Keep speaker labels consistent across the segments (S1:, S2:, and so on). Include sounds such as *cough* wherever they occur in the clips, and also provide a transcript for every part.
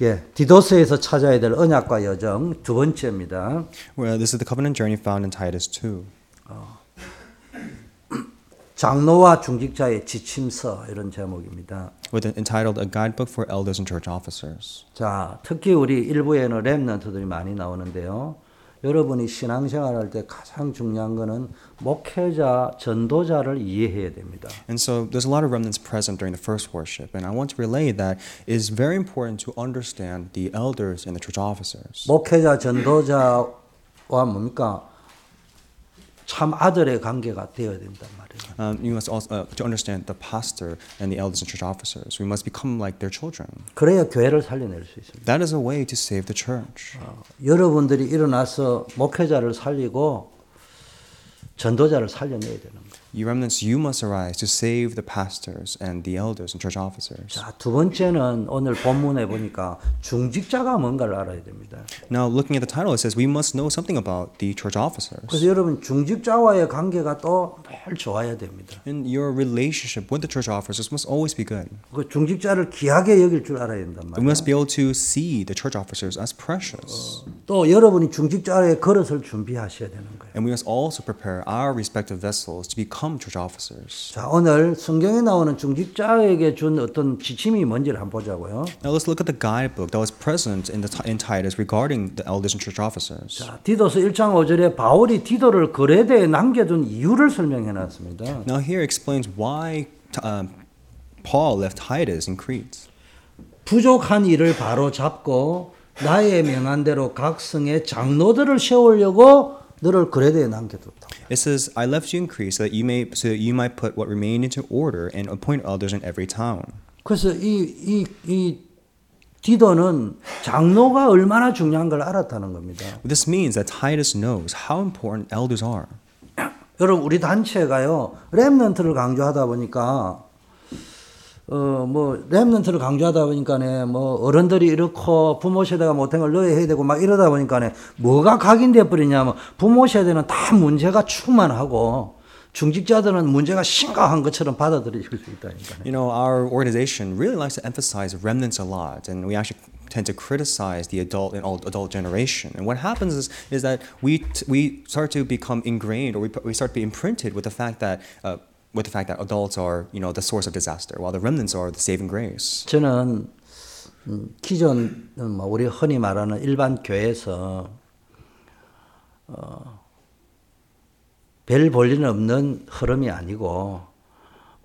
S1: 예, 디도스에서 찾아야 될 언약과 여정 두 번째입니다.
S2: Well, this is the covenant journey found in Titus 2.
S1: 장로와 중직자의 지침서 이런 제목입니다.
S2: with an, entitled "A Guidebook for Elders and Church Officers."
S1: 자, 특히 우리 일부에는 랩런트들이 많이 나오는데요. 여러분이 신앙생활 할때 가장 중요한 거는 목회자, 전도자를 이해해야 됩니다.
S2: And so, there's a lot of remnants present during the first worship, and I want to relay that it is very important to understand the elders and the church officers.
S1: 목회자, 전도자와 뭡니까? 참 아들의 관계가 되어야 된단 말이에요.
S2: Um, you must also uh, to understand the pastor and the elders and church officers. We must become like their children.
S1: 그래야 교회를 살려낼 수 있습니다.
S2: That is a way to save the church.
S1: 어, 여러분들이 일어나서 목회자를 살리고 전도자를 살려내야 되는 거예요.
S2: You remnants, you must arise to save the pastors and the elders and church officers.
S1: 자, 두 번째는 오늘 본문에 보니까 중직자가 뭔가를 알아야 됩니다.
S2: Now, looking at the title, it says we must know something about the church officers.
S1: 그래서 여러분 중직자와의 관계가 또 늘 좋아야 됩니다.
S2: And your relationship with the church officers must always be good.
S1: 그 중직자를 귀하게 여길 줄 알아야 된단 말이에요.
S2: We must be able to see the church officers as precious.
S1: 또 여러분이 중직자의 그릇을 준비하셔야 되는 거예요.
S2: And we must also prepare our respective vessels to become church officers.
S1: 자, 오늘 성경에 나오는 중직자에게 준 어떤 지침이 뭔지를 한번 보자고요.
S2: Now let's look at the guidebook that was present in, the, Ti- in Titus regarding the elders and church officers.
S1: 자, 디도서 1장 5절에 바울이 디도를 거레대에 남겨둔 이유를 설명해 놨습니다.
S2: Now here explains why T- um, Paul left Titus in Crete.
S1: 부족한 일을 바로 잡고 나의 명한대로 각 성의 장로들을 세우려고 너를 거레대에 남겨뒀다.
S2: It says, "I left you in Crete so that you may so that you might put what remained into order and appoint elders in every town."
S1: 그래서 이, 이, 이 디도는 장로가 얼마나 중요한 걸 알았다는 겁니다.
S2: This means that Titus knows how important elders are.
S1: 여러분 우리 단체가요 렘넌트를 강조하다 보니까 어뭐 렘넌트를 강조하다 보니까네 뭐 어른들이 이렇고 부모 세대가 못한 걸 너희 해야 되고 막 이러다 보니까네 뭐가 각인돼 버리냐면 부모 세대는 다 문제가 충만하고 중직자들은 문제가 심각한 것처럼 받아들일 수 있다니까.
S2: You know, our organization really likes to emphasize remnants a lot, and we actually tend to criticize the adult and old adult generation. And what happens is, is that we t- we start to become ingrained, or we, we start to be imprinted with the fact that. Uh, with the fact that adults are, you know, the source of disaster, while the remnants are the saving grace.
S1: 저는 음, 기존 음, 뭐 우리 흔히 말하는 일반 교회에서 어, 별 볼일 없는 흐름이 아니고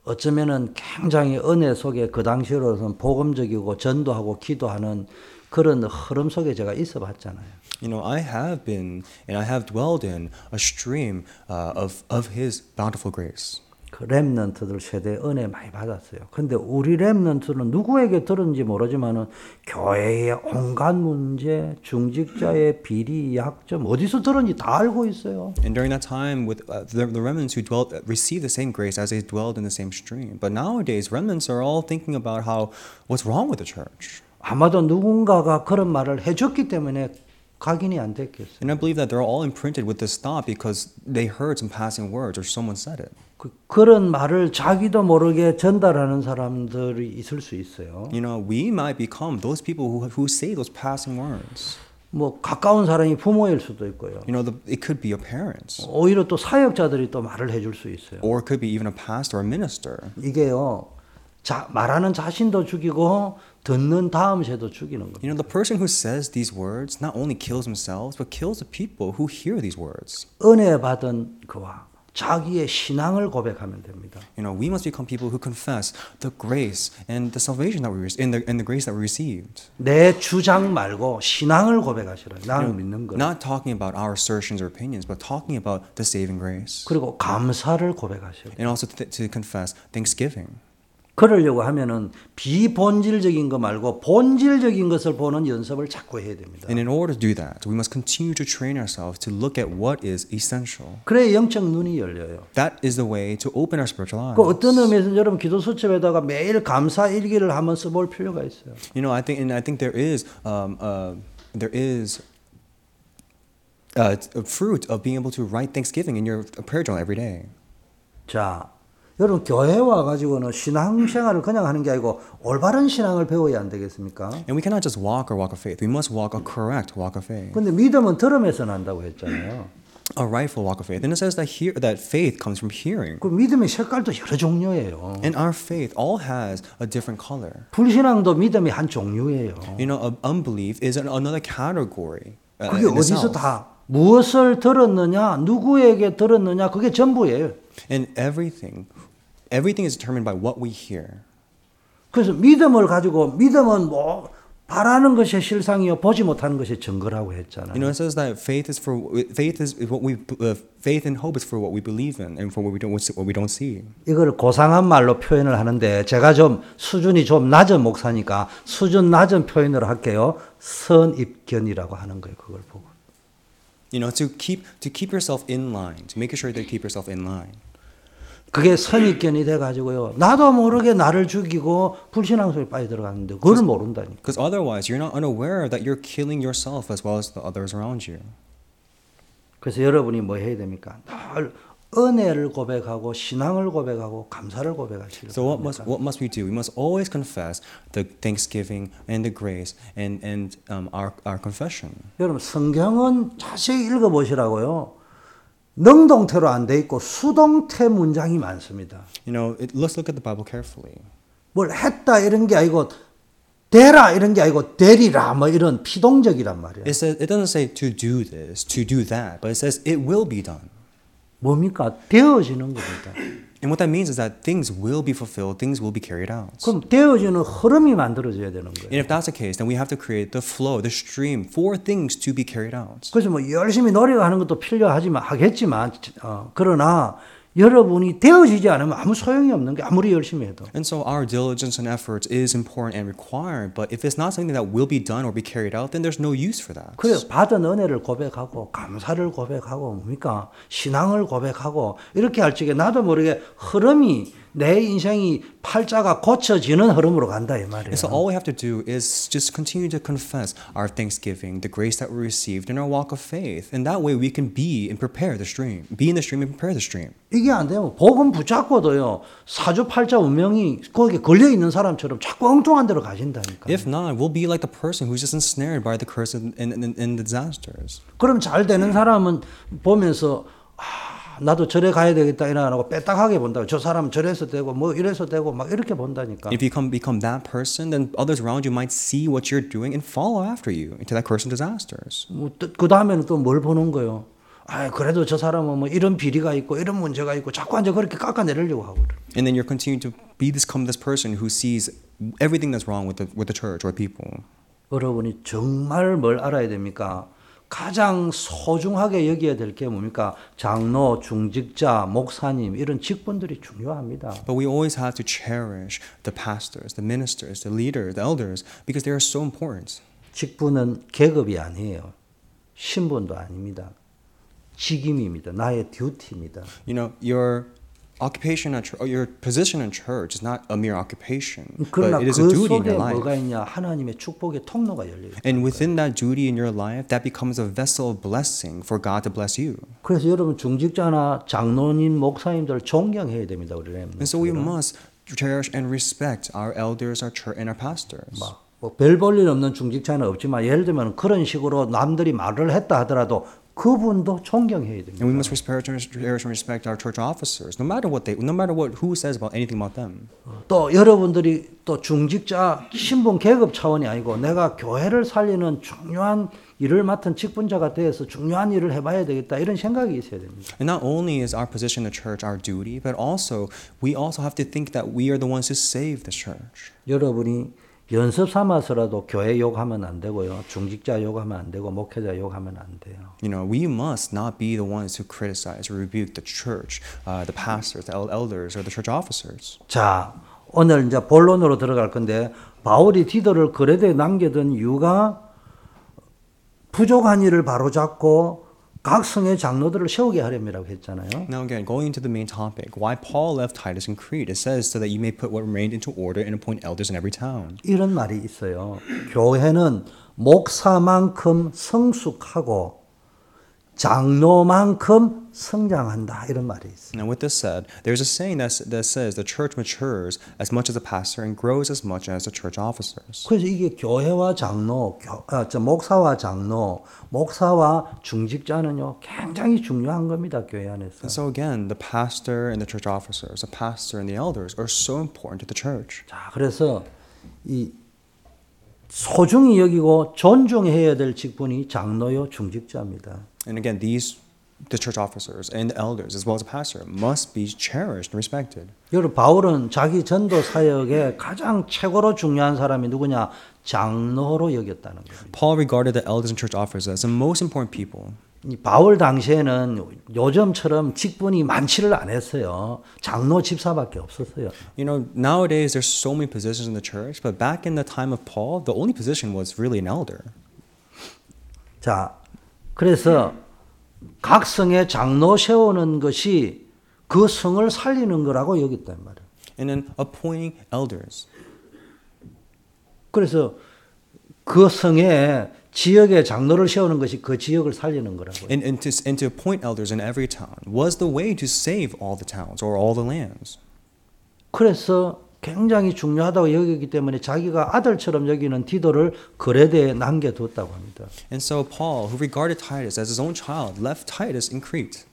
S1: 어쩌면은 굉장히 은혜 속에 그 당시로서는 복음적이고 전도하고 기도하는 그런 흐름 속에 제가 있어 봤잖아요.
S2: You know, I have been and I have dwelled in a stream uh, of of His bountiful grace.
S1: 그 랩런트들 세대 은혜 많이 받았어요. 근데 우리 랩런트는 누구에게 들었는지 모르지만은 교회의 온갖 문제, 중직자의 비리, 약점 어디서 들었는지 다 알고 있어요.
S2: And during that time, with uh, the, the remnants who dwelt uh, received the same grace as they dwelled in the same stream. But nowadays, remnants are all thinking about how what's wrong with the church.
S1: 아마도 누군가가 그런 말을 해줬기 때문에 각인이 안 됐겠어요.
S2: And I believe that they're all imprinted with this thought because they heard some passing words or someone said it.
S1: 그, 그런 말을 자기도 모르게 전달하는 사람들이 있을 수 있어요.
S2: You know, we might become those people who, who say those passing words.
S1: 뭐 가까운 사람이 부모일 수도 있고요.
S2: You know, the, it could be your parents,
S1: 오히려 또 사역자들이 또 말을 해줄 수 있어요.
S2: or it could be even a pastor or a minister.
S1: 이게요. 자, 말하는 자신도 죽이고 듣는 다음 새도 죽이는 겁니다.
S2: You know, the person who says these words not only kills themselves, but kills the people who hear these words.
S1: 은혜 받은 그와 자기의 신앙을 고백하면 됩니다.
S2: You know, we must become people who confess the grace and the salvation that we received, and the, and the grace that we received.
S1: 내 주장 말고 신앙을 고백하시라. 나는 믿는 거.
S2: Not talking about our assertions or opinions, but talking about the saving grace.
S1: 그리고 감사를 고백하시라.
S2: And also to, to confess thanksgiving.
S1: 그러려고 하면은 비본질적인 거 말고 본질적인 것을 보는 연습을 자꾸 해야 됩니다.
S2: And in order to do that, we must continue to train ourselves to look at what is essential.
S1: 그래야 영적 눈이 열려요.
S2: That is the way to open our spiritual
S1: 그 어떤
S2: eyes.
S1: 의미에서는 여러분 기도 수첩에다가 매일 감사 일기를 한번 써볼 필요가 있어요.
S2: You know, I think, and I think there is, um, uh, there is uh, a fruit of being able to write thanksgiving in your prayer journal every day.
S1: 자, 여러분 교회 와 가지고는 신앙생활을 그냥 하는 게 아니고 올바른 신앙을 배워야 안 되겠습니까?
S2: And we cannot just walk our walk of faith. We must walk a correct walk of faith,
S1: 근데 믿음은 들음에서 난다고 했잖아요.
S2: a rightful walk of faith. And it says that here that faith comes from hearing.
S1: 그 믿음의 색깔도 여러 종류예요.
S2: And our faith all has a different color.
S1: 불신앙도 믿음의 한 종류예요.
S2: You know, uh, unbelief is an, another category. uh,
S1: 그게
S2: in
S1: 어디서
S2: itself.
S1: 다 무엇을 들었느냐, 누구에게 들었느냐, 그게 전부예요.
S2: And everything, everything is determined by what we hear.
S1: 그래서 믿음을 가지고 믿음은 뭐 바라는 것이 실상이요 보지 못하는 것이 증거라고
S2: You
S1: 했잖아요.
S2: know, it says that faith is for faith is what we uh, faith and hope is for what we believe in and for what we don't what we don't see.
S1: 이걸 고상한 말로 표현을 하는데 제가 좀 수준이 좀 낮은 목사니까 수준 낮은 표현으로 할게요. 선입견이라고 하는 거예요. 그걸 보고.
S2: You know, to keep to keep yourself in line, to make sure that you keep yourself in line.
S1: 그게 선입견이 돼 가지고요. 나도 모르게 나를 죽이고 불신앙 속에 빠져 들어갔는데 그걸 모른다니까.
S2: Because otherwise, you're not unaware that you're killing yourself as well as the others around you.
S1: 그래서 여러분이 뭐 해야 됩니까? 늘 은혜를 고백하고 신앙을 고백하고 감사를 고백하시려고.
S2: So what must what must we do? We must always confess the thanksgiving and the grace and and um, our our confession.
S1: 여러분 성경은 자세히 읽어 보시라고요. 능동태로 안 돼 있고 수동태 문장이 많습니다.
S2: You know, it, let's look at the Bible carefully.
S1: 뭘 했다 이런 게 아니고 되라 이런 게 아니고 되리라 뭐 이런 피동적이란 말이에요.
S2: It says it doesn't say to do this, to do that, but it says it will be done.
S1: 뭡니까? 되어지는 겁니다.
S2: And what that means is that things will be fulfilled, things will be carried out.
S1: 그럼 되어지는 흐름이 만들어져야 되는 거예요.
S2: And if that's the case, then we have to create the flow, the stream for things to be carried out.
S1: 그래서 뭐 열심히 노력하는 것도 필요하지만 하겠지만 어, 그러나 여러분이 되어지지 않으면 아무 소용이 없는 게 아무리 열심히 해도
S2: And so our diligence and efforts is important and required, but if it's not something that will be done or be carried out, then there's no use for that.
S1: 그래 받은 은혜를 고백하고 감사를 고백하고 뭡니까 신앙을 고백하고 이렇게 할 적에 나도 모르게 흐름이 내 인생이 팔자가 고쳐지는 흐름으로 간다 이 말이에요.
S2: And so all we have to do is just continue to confess our thanksgiving, the grace that we received, and our walk of faith. And that way we can be and prepare the stream. Be in the stream and prepare the stream.
S1: 이게 안 되면 복음 붙잡고도요 사주팔자 운명이 거기에 걸려 있는 사람처럼 자꾸 엉뚱한 데로 가신다니까.
S2: If not, we'll be like the person who's just ensnared by the curse and, and, and, and the disasters.
S1: 그럼 잘 되는 사람은 보면서 아, 나도 절에 가야 되겠다 이러안 하고 빼딱하게 본다. 저 사람은 절에서 되고 뭐 이래서 되고 막 이렇게 본다니까.
S2: If you come, become that person, then others around you might see what you're doing and follow after you into that curse and disasters.
S1: 그 다음에는 또 뭘 보는 거예요? 아, 그래도 저 사람은 뭐 이런 비리가 있고 이런 문제가 있고 자꾸 앉아 그렇게 깎아내리려고 하고. 그래.
S2: And then you're continuing to be this come this person who sees everything that's wrong with the with the church or people.
S1: 여러분이 정말 뭘 알아야 됩니까? 가장 소중하게 여겨야 될 게 뭡니까? 장로, 중직자, 목사님 이런 직분들이 중요합니다.
S2: But we always have to cherish the pastors, the ministers, the leaders, the elders, because they are so important.
S1: 직분은 계급이 아니에요. 신분도 아닙니다. 직임입니다. 나의 듀티입니다.
S2: You know, your occupation at chur- or your position in church is not a mere occupation,
S1: 그러나
S2: but
S1: 그
S2: it is a duty in
S1: 속에
S2: your life.
S1: 뭐가 있냐? 하나님의 축복의 통로가 열려요.
S2: And within that duty in your life, that becomes a vessel of blessing for God to bless you.
S1: 그래서 여러분 중직자나 장로님, 목사님들 존경해야 됩니다. 우리 렘.
S2: And so we must cherish and respect our elders, our church, and our pastors.
S1: 뭐별 볼 일 없는 중직자는 없지만 예를 들면 그런 식으로 남들이 말을 했다 하더라도 그분도 존경해야 됩니다.
S2: And we must respect and cherish and respect our church officers, no matter what they, no matter what who says about anything about them.
S1: 또 여러분들이 또 중직자 신분 계급 차원이 아니고 내가 교회를 살리는 중요한 일을 맡은 직분자가 되어서 중요한 일을 해봐야 되겠다 이런 생각이 있어야 됩니다.
S2: And not only is our position in the church our duty, but also we also have to think that we are the ones who save the church.
S1: 여러분이 연습 삼아서라도 교회 욕하면 안 되고요. 중직자 욕하면 안 되고 목회자 욕하면 안 돼요.
S2: You know, we must not be the ones who criticize or rebuke the church, uh, the pastors, the el- elders, or the church officers.
S1: 자, 오늘 이제 본론으로 들어갈 건데 바울이 디도를 그레드에 남겨둔 이유가 부족한 일을 바로잡고 각 성의 장로들을 세우게 하렴이라고 했잖아요.
S2: Now, again, going into the main topic, why Paul left Titus in Crete, it says, so that you may put what remained into order and appoint elders in every town.
S1: 이런 말이 있어요. 교회는 목사만큼 성숙하고 장로만큼 성장한다 이런 말이 있어요.
S2: Now, with this said, there's a saying that, that says the church matures as much as the pastor and grows as much as the church officers.
S1: 그래서 이게 교회와 장로, 교, 아, 저 목사와 장로, 목사와 중직자는요 굉장히 중요한 겁니다 교회 안에서.
S2: And so, again, the pastor and the church officers, the pastor and the elders are so important to the church.
S1: 자 그래서 이 소중히 여기고 존중해야 될 직분이 장로요 중직자입니다.
S2: And again, these, the church officers and the elders, as well as the pastor, must be cherished and respected.
S1: 여러분 바울은 자기 전도 사역에 가장 최고로 중요한 사람이 누구냐 장로로 여겼다는 거예요.
S2: Paul regarded the elders and church officers as the most important people.
S1: 이 바울 당시에는 요즘처럼 직분이 많지를 않았어요. 장로 집사밖에 없었어요.
S2: You know, nowadays there's so many positions in the church, but back in the time of Paul, the only position was really an elder.
S1: 자, 그래서 각 성에 장로 세우는 것이 그 성을 살리는 거라고 여겼단 말이에요.
S2: And then appointing elders.
S1: 그래서 그 성에 지역에 장로를 세우는 것이 그 지역을 살리는 거라고요.
S2: And, and, to, and to appoint elders in every town was the way to save all the towns or all the lands.
S1: 그래서 굉장히 중요하다고 여기기 때문에 자기가 아들처럼 여기는 디도를 거레대에 남겨두었다고 합니다.
S2: And so Paul, who regarded Titus as his own child, left Titus in Crete.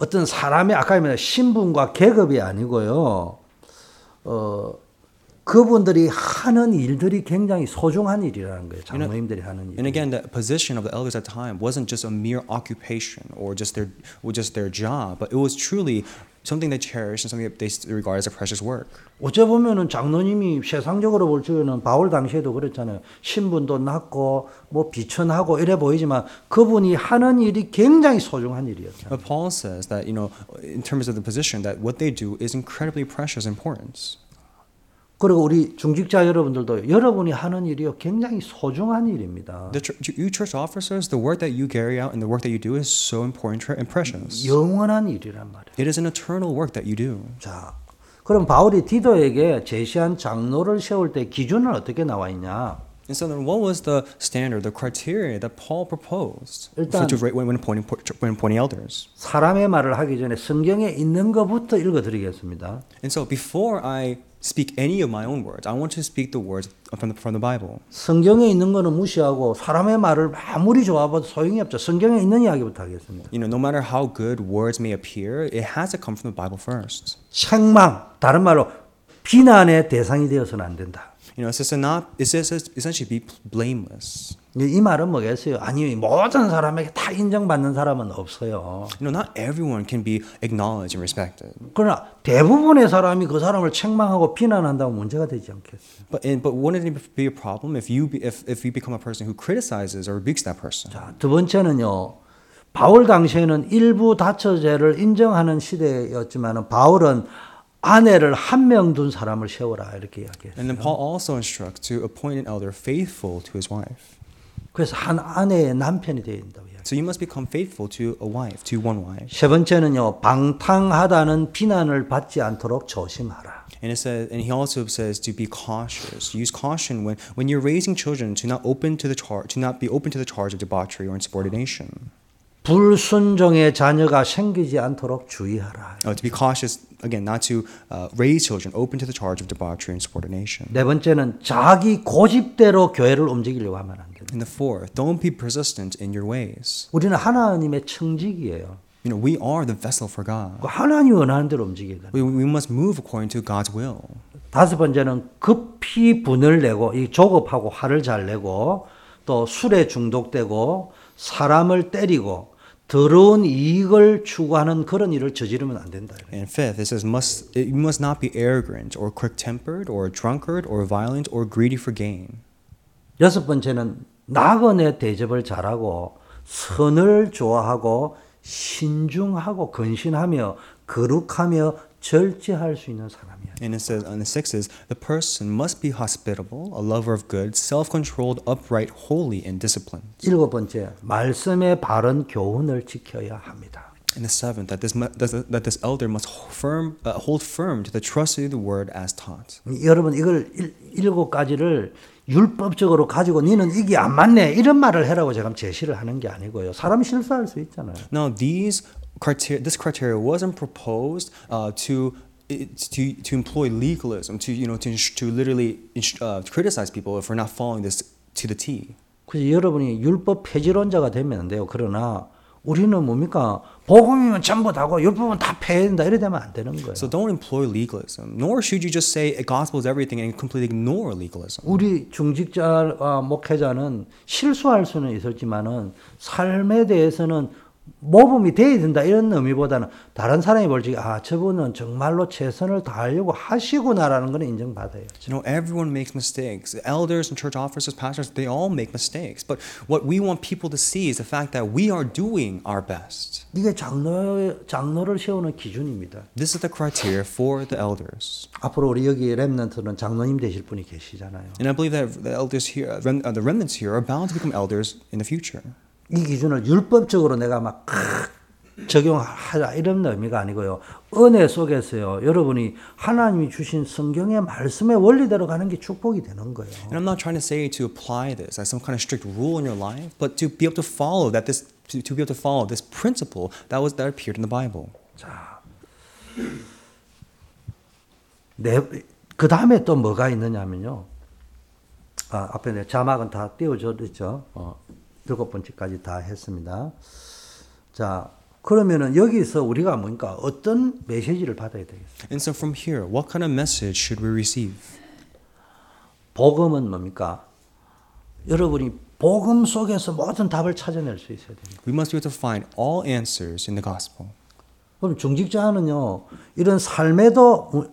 S1: 어떤 사람의 아까 말한 신분과 계급이 아니고요. 어 그분들이 하는 일들이 굉장히 소중한 일이라는 거예요. 장로님들이 하는
S2: And
S1: 일.
S2: again, the position of the elders at the time wasn't just a mere occupation or just their, or just their job, but it was truly something they cherished and something that they s- regard as a precious work.
S1: 어째 보면은 장로님이 세상적으로 볼 적에는 바울 당시에도 그랬잖아요. 신분도 낮고 뭐 비천하고 이래 보이지만 그분이 하는 일이 굉장히 소중한 일이었어요.
S2: But Paul says that, you know, in terms of the position, that what they do is incredibly precious importance.
S1: 그리고 우리 중직자 여러분들도 여러분이 하는 일이요 굉장히 소중한 일입니다.
S2: The church, you church officers, the work that you carry out and the work that you do is so important and precious.
S1: 영원한 일이란 말이에요.
S2: It is an eternal work that you do.
S1: 자, 그럼 바울이 디도에게 제시한 장로를 세울 때 기준은 어떻게 나와 있냐?
S2: And so then, what was the standard, the criteria that Paul proposed for,
S1: 일단-
S2: to, rate when, when, appointing, when appointing elders?
S1: 사람의 말을 하기 전에 성경에 있는 것부터 읽어드리겠습니다.
S2: And so, before I speak any of my own words, I want to speak the words from the, from the Bible.
S1: 성경에 있는 거는 무시하고 사람의 말을 아무리 좋아봐도 소용이 없죠. 성경에 있는 이야기부터 하겠습니다.
S2: You know, no matter how good words may appear, it has to come from the Bible first.
S1: 책망, 다른 말로 비난의 대상이 되어서는 안 된다.
S2: You know, it's just to not, it's just it's essentially be blameless.
S1: 이- 이 말은 뭐겠어요? 아니 모든 사람에게 다 인정받는 사람은 없어요.
S2: You know, not everyone can be acknowledged and respected.
S1: 그러나 대부분의 사람이 그 사람을 책망하고 비난한다고 문제가 되지 않겠어요.
S2: But and, but wouldn't it be a problem if you be, if if you become a person who criticizes or rebukes that person?
S1: 자, 두 번째는요. 바울 당시에는 일부 다처제를 인정하는 시대였지만 바울은 아내를 한 명 둔 사람을 세워라 이렇게 이야기해요.
S2: And then Paul also instructs to appoint an elder faithful to his wife.
S1: 그래서 한 아내의 남편이 되어야 된다고 이야기해요.
S2: So you must become faithful to a wife, to one wife.
S1: 세 번째는요. 방탕하다는 비난을 받지 않도록 조심하라.
S2: And it says, and he also says to be cautious. Use caution when, when you're raising children to not open to the char- to not be open to the charge of debauchery or insubordination.
S1: 불순종의 자녀가 생기지 않도록 주의하라.
S2: Uh, to be cautious again, not to uh, raise children open to the charge of debauchery and insubordination.
S1: 네 번째는 자기 고집대로 교회를 움직이려고 하면 안 된다.
S2: And the fourth, don't be persistent in your ways.
S1: 우리는 하나님의 청직이에요. 그
S2: You know, we are the vessel for God.
S1: 하나님 원하는 대로 움직여야 된다.
S2: We, we must move according to God's will.
S1: 다섯 번째는 급히 분을 내고 이 조급하고 화를 잘 내고 또 술에 중독되고 사람을 때리고 더러운 이익을 추구하는 그런 일을 저지르면 안 된다.
S2: And fifth, it says, must, it, you must not be arrogant or quick tempered or a drunkard or violent or greedy for gain.
S1: 여섯 번째는 낙원의 대접을 잘하고 선을 좋아하고 신중하고 근신하며 거룩하며 절제할 수 있는 사람이야.
S2: And it says, and the sixth is, the person must be hospitable, a lover of good, self controlled, upright, holy, and disciplined.
S1: 일곱 번째, 말씀의 바른 교훈을 지켜야 합니다.
S2: And the seventh, that this, mu- that that this elder must ho- firm, uh, hold firm to the trustworthy word as taught.
S1: 여러분 이걸 일- 일곱 가지를 율법적으로 가지고 니는 이게 안 맞네 이런 말을 해라고 제가 제시를 하는 게 아니고요. 사람이 실수할 수 있잖아요.
S2: Now, these criteria, this criteria wasn't proposed uh, to it's to to employ legalism to you know to ins- to literally ins- uh, criticize people for not following this to the T.
S1: 그래서 여러분이 율법 폐지론자가 되면 안 돼요. 그러나 우리는 뭡니까? 복음이면 전부 다고 율법은 다 폐해된다 이래 되면 안 되는 거예요.
S2: So don't employ legalism, nor should you just say gospel is everything and completely ignore legalism.
S1: 우리 중직자와 목회자는 실수할 수는 있었지만은 삶에 대해서는 모범이 돼야 된다 이런 의미보다는 다른 사람이 볼 적에 아 저분은 정말로 최선을 다하려고 하시구나라는 걸 인정받아요.
S2: You know, everyone makes mistakes. Elders and church officers, pastors, they all make mistakes. But what we want people to see is the fact that we are doing our best.
S1: 이게 장로 장로를 세우는 기준입니다.
S2: This is the criteria for the elders.
S1: 앞으로 우리 여기 렘넌트는 장로님 되실 분이 계시잖아요.
S2: And I believe that the elders here, rem, uh, the remnants here, are bound to become elders in the future.
S1: 이 기준을 율법적으로 내가 막 크- 적용하자 이런 의미가 아니고요. 은혜 속에서요. 여러분이 하나님이 주신 성경의 말씀의 원리대로 가는 게 축복이 되는 거예요.
S2: And I'm not trying to say to apply this as some kind of strict rule in your life, but to be able to follow that this to, to be able to follow this principle that was that appeared in the Bible.
S1: 그 다음에 또 뭐가 있느냐면요. 아, 앞에 내 자막은 다 띄워줬죠. 어, 일곱 번째까지 다 했습니다. 자, 그러면은 여기서 우리가 뭔가 어떤 메시지를 받아야 되겠어요?
S2: And so from here, what kind of message should we receive?
S1: 복음은 뭡니까? 여러분이 복음 속에서 모든 답을 찾아낼 수 있어야 됩니다.
S2: We must be able to find all answers in the gospel.
S1: 그럼 중직자는요 이런 삶에도 우-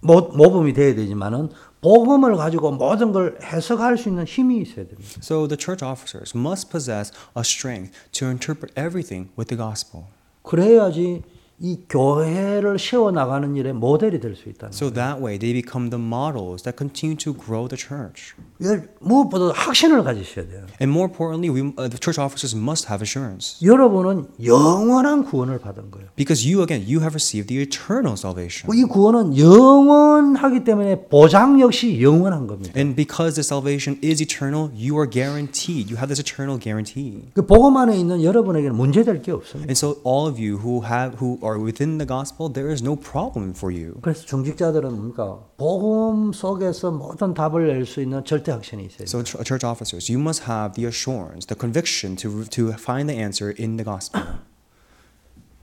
S1: 모- 모범이 돼야 되지만은 복음을 가지고 모든 걸 해석할 수 있는 힘이 있어야 됩니다.
S2: So the church officers must possess a strength to interpret everything with the gospel.
S1: 그래야지 이 교회를 세워 나가는 일에 모델이 될 수 있다는.
S2: So that way they become the models that continue to grow the church.
S1: 거예요. 예, 무엇보다 확신을 가지셔야 돼요.
S2: And more importantly, we, uh, the church officers must have assurance.
S1: 여러분은 영원한 구원을 받은 거예요.
S2: Because you, again, you have received the eternal salvation.
S1: 이 구원은 영원하기 때문에 보장 역시 영원한 겁니다.
S2: And because the salvation is eternal, you are guaranteed. You have this eternal guarantee.
S1: 그 복음 안에 있는 여러분에게는 문제될 게 없습니다.
S2: And so all of you who have who are within the gospel, there is no problem for you.
S1: 그래서 중직자들은 뭡니까? 복음 속에서 모든 답을 낼 수 있는 절대 확신이 있어요.
S2: So ch- church officers, you must have the assurance, the conviction to to find the answer in the gospel.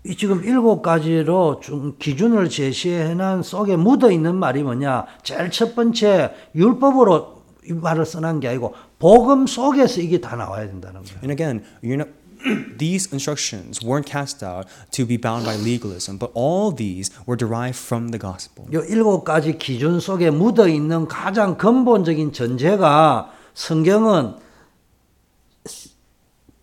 S1: 이 지금 일곱 가지로 중- 기준을 제시해난 속에 묻어 있는 말이 뭐냐? 제일 첫 번째 율법으로 이 말을 써난 게 아니고 복음 속에서 이게 다 나와야 된다는 거예요.
S2: And again, you're not *clears throat* these instructions weren't cast out to be bound by legalism, but all these were derived from the gospel.
S1: 요 일곱 가지 기준 속에 묻어 있는 가장 근본적인 전제가 성경은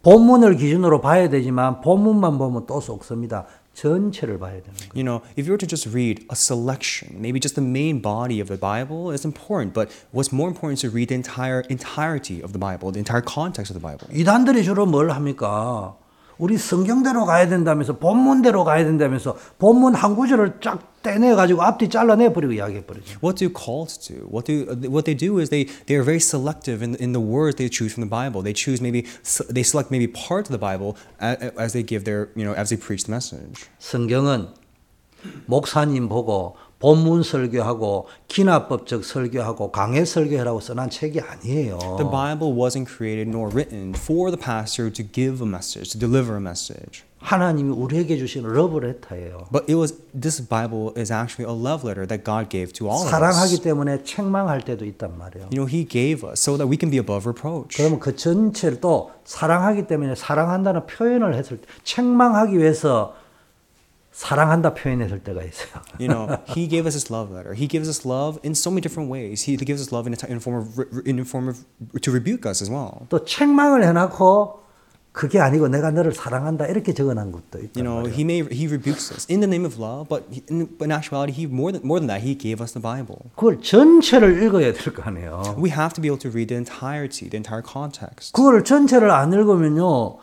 S1: 본문을 기준으로 봐야 되지만 본문만 보면 또 속습니다. 전체를 봐야 되는 거예요.
S2: You know, if you were to just read a selection, maybe just the main body of the Bible, it's important. But what's more important is to read the entire entirety of the Bible, the entire context of the Bible.
S1: 이단들이 주로 뭘 합니까? 우리 성경대로 가야 된다면서 본문대로 가야 된다면서 본문 한 구절을 쫙 떼내 가지고 앞뒤 잘라내 버리고 이야기해 버리죠.
S2: What do cults do? What do what they do is they they are very selective in in the words they choose from the Bible. They choose maybe they select maybe part of the Bible as, as they give their you know as they preach the message.
S1: 성경은 목사님 보고 본문 설교하고 기나법적 설교하고 강해 설교하라고 써난 책이 아니에요.
S2: The Bible wasn't created nor written for the pastor to give a message, to deliver a message.
S1: 하나님이 우리에게 주신 러브레터예요.
S2: But it was this Bible is actually a love letter that God gave to all of us.
S1: 사랑하기 때문에 책망할 때도 있단 말이에요.
S2: You know, He gave us so that we can be above reproach.
S1: 그러면 그 전체를 또 사랑하기 때문에 사랑한다는 표현을 했을 때 책망하기 위해서 사랑한다 표현했을 때가 있어요.
S2: You know, He gave us His love letter. He gives us love in so many different ways. He gives us love in a t- in form of re- re- in a form of to rebuke us as well.
S1: *laughs* 또 책망을 해놓고 그게 아니고 내가 너를 사랑한다 이렇게 적어놓은 것도 있다.
S2: You know, He may He rebukes us in the name of love, but he- in, but in actuality, He more than more than that, He gave us the Bible.
S1: 그걸 전체를 읽어야 될 거 아니에요.
S2: 뭐 We have to be able to read the entirety, the entire context.
S1: 그걸 전체를 안 읽으면요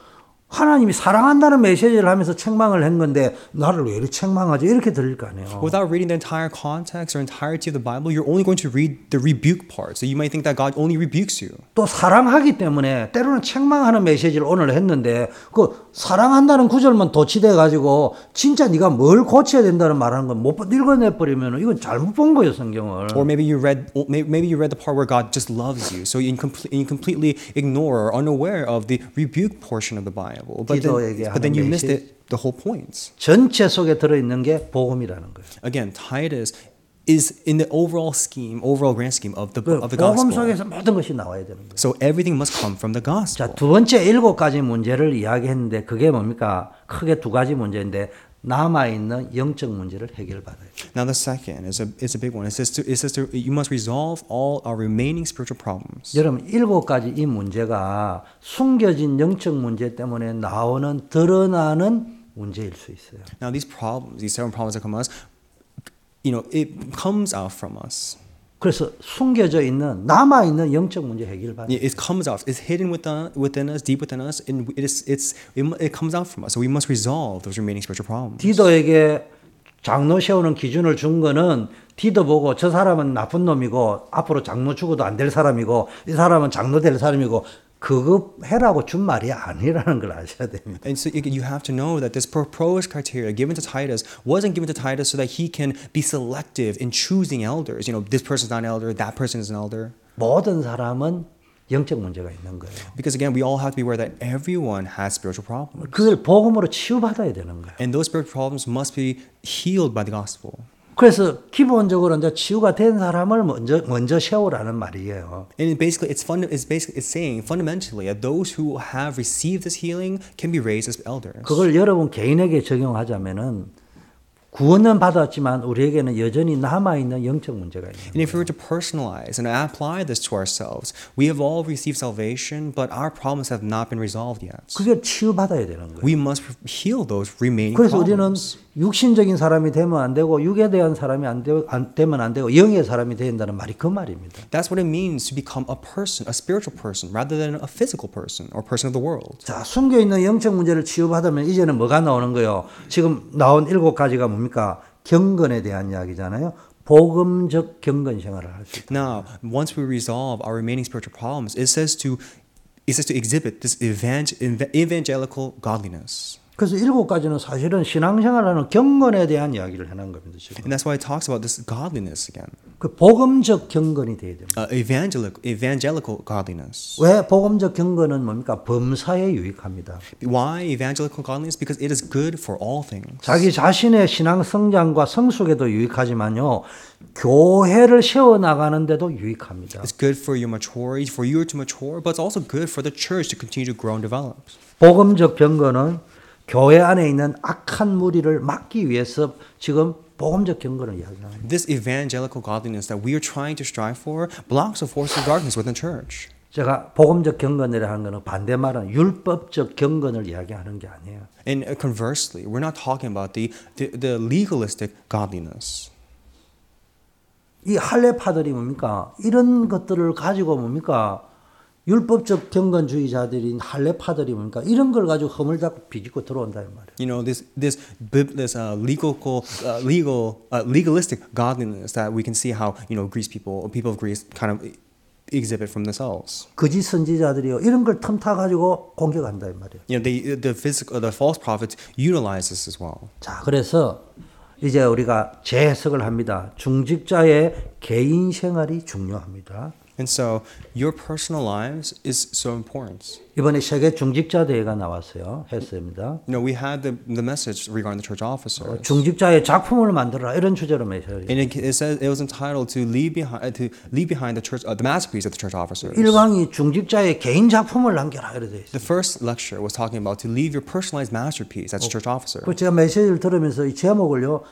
S1: 하나님이 사랑한다는 메시지를 하면서 책망을 한 건데 나를 왜 이렇게 책망하지 이렇게 들릴 거 아니에요.
S2: Without reading the entire context or entirety of the Bible, you're only going to read the rebuke part. So you might think that God only rebukes you.
S1: 또 사랑하기 때문에 때로는 책망하는 메시지를 오늘 했는데 그 사랑한다는 구절만 도치돼 가지고 진짜 네가 뭘 고쳐야 된다는 말하는 건못 읽어내 버리면 이건 잘못 본 거예요 성경을.
S2: Or maybe you read or may- maybe you read the part where God just loves you. So you, incomple- you completely ignore or unaware of the rebuke portion of the Bible. But then,
S1: 기도에게
S2: but then you
S1: 하는
S2: missed
S1: 메시지.
S2: it, the whole point.
S1: 전체 속에 들어 있는 게 복음이라는 거예요.
S2: Again, Titus is in the overall scheme, overall grand scheme of the
S1: 그
S2: of the
S1: 복음
S2: gospel.
S1: 속에서 모든 것이 나와야 되는 거예요.
S2: So everything must come from the gospel.
S1: 자, 두 번째 일곱 가지 문제를 이야기했는데 그게 뭡니까? 크게 두 가지 문제인데 남아 있는 영적 문제를 해결받아요.
S2: Now the second is a is a big one. It says to, it says to, you must resolve all our remaining spiritual problems.
S1: 여러분 일곱 가지 이 문제가 숨겨진 영적 문제 때문에 나오는 드러나는 문제일 수 있어요.
S2: Now these problems, these seven problems that come us, you know, it comes out from us.
S1: 그래서 숨겨져 있는 남아 있는 영적 문제 해결받아요.
S2: It it comes out. It's hidden within, within us, deep within us, and it is it's it, mu- it comes out from us. So we must resolve those remaining spiritual problems.
S1: 디도에게 장로 세우는 기준을 준 거는 디도 보고 저 사람은 나쁜 놈이고 앞으로 장로 죽어도 안 될 사람이고 이 사람은 장로 될 사람이고 그거 해라고 준 말이 아니라는 걸 아셔야 됩니다.
S2: And so you you have to know that this proposed criteria given to Titus wasn't given to Titus so that he can be selective in choosing elders. You know, this person's not an elder, that person is an elder.
S1: 모든 사람은 영적 문제가 있는 거예요.
S2: Because again, we all have to be aware that everyone has spiritual problems.
S1: 그걸 복음으로 치유받아야 되는 거예요.
S2: And those spiritual problems must be healed by the gospel.
S1: 그래서 기본적으로 이제 치유가 된 사람을 먼저 먼저 세우라는 말이에요.
S2: And it basically, it's fun. It's basically it's saying fundamentally that those who have received this healing can be raised as elders.
S1: 그걸 여러분 개인에게 적용하자면은 구원은 받았지만 우리에게는 여전히 남아 있는 영적 문제가 있는
S2: And if we were to personalize and apply this to ourselves, we have all received salvation, but our problems have not been resolved yet.
S1: 그게 치유받아야 되는 거예요.
S2: We must heal those remaining
S1: 그래서 우리는
S2: problems.
S1: 육신적인 사람이 되면 안 되고 육에 대한 사람이 안, 되고, 안 되면 안 되고 영의 사람이 된다는 말이 그 말입니다.
S2: That's what it means to become a person, a spiritual person, rather than a physical person or person of the world.
S1: 자, 숨겨 있는 영적 문제를 치유받으면 이제는 뭐가 나오는 거예요? 지금 나온 일곱 가지가 뭡니까? 경건에 대한 이야기잖아요. 복음적 경건 생활을 할 수 있다.
S2: Now, once we resolve our remaining spiritual problems, it says to, it says to exhibit this evang- ev- evangelical godliness.
S1: 그래서 일곱 가지는 사실은 신앙생활하는 경건에 대한 이야기를 해놓은 겁니다. 지금
S2: And that's why it talks about this godliness again,
S1: 그 복음적 경건이 돼야 됩니다.
S2: uh, evangelical, evangelical godliness.
S1: 왜 복음적 경건은 뭡니까? 범사에 유익합니다.
S2: Why evangelical godliness? Because it is good for all things.
S1: 자기 자신의 신앙 성장과 성숙에도 유익하지만요, 교회를 세워 나가는데도 유익합니다.
S2: It's good for your maturity, for you to mature, but it's also good for the church to continue to grow and develop.
S1: 복음적 경건은 교회 안에 있는 악한 무리를 막기 위해서 지금 복음적 경건을 이야기합니다.
S2: This evangelical godliness that we are trying to strive for blocks the force of darkness within church.
S1: 제가 복음적 경건이라 하는 거는 반대 말은 율법적 경건을 이야기하는 게 아니에요.
S2: And uh, conversely, we're not talking about the, the, the legalistic godliness.
S1: 이 할례파들이 뭡니까? 이런 것들을 가지고 뭡니까? 율법적 경건주의자들인 할례파들이 뭡니까? 이런 걸 가지고 허물잡고 비집고 들어온다 이 말이에요.
S2: You know, this, this, bib- this uh, legal, uh, legal, uh, legalistic godliness that we can see how, you know, Greece people, people of Greece kind of exhibit from themselves.
S1: 거짓 선지자들이요. 이런 걸 틈타 가지고 공격한다 이 말이에요.
S2: You know, the, the, physical, the false prophets utilize this as well.
S1: 자, 그래서 이제 우리가 재해석을 합니다. 중직자의 개인 생활이 중요합니다.
S2: And so your personal lives is so important.
S1: 이번에 세계 중직자 대회가 나왔어요. 했습니다.
S2: You know, we had the, the message regarding the church officer.
S1: 중직자의 작품을 만들어라 이런 주제로 메시지.
S2: And it, it says it was entitled to leave behind uh, to leave behind the church uh, the masterpiece of the church officers.
S1: 일강이 중직자의 개인 작품을 남겨라 이래 돼 있어요.
S2: The first lecture was talking about to leave your personalized masterpiece as a church officer.
S1: 그 제가 메시지를 들으면서 이 제목을요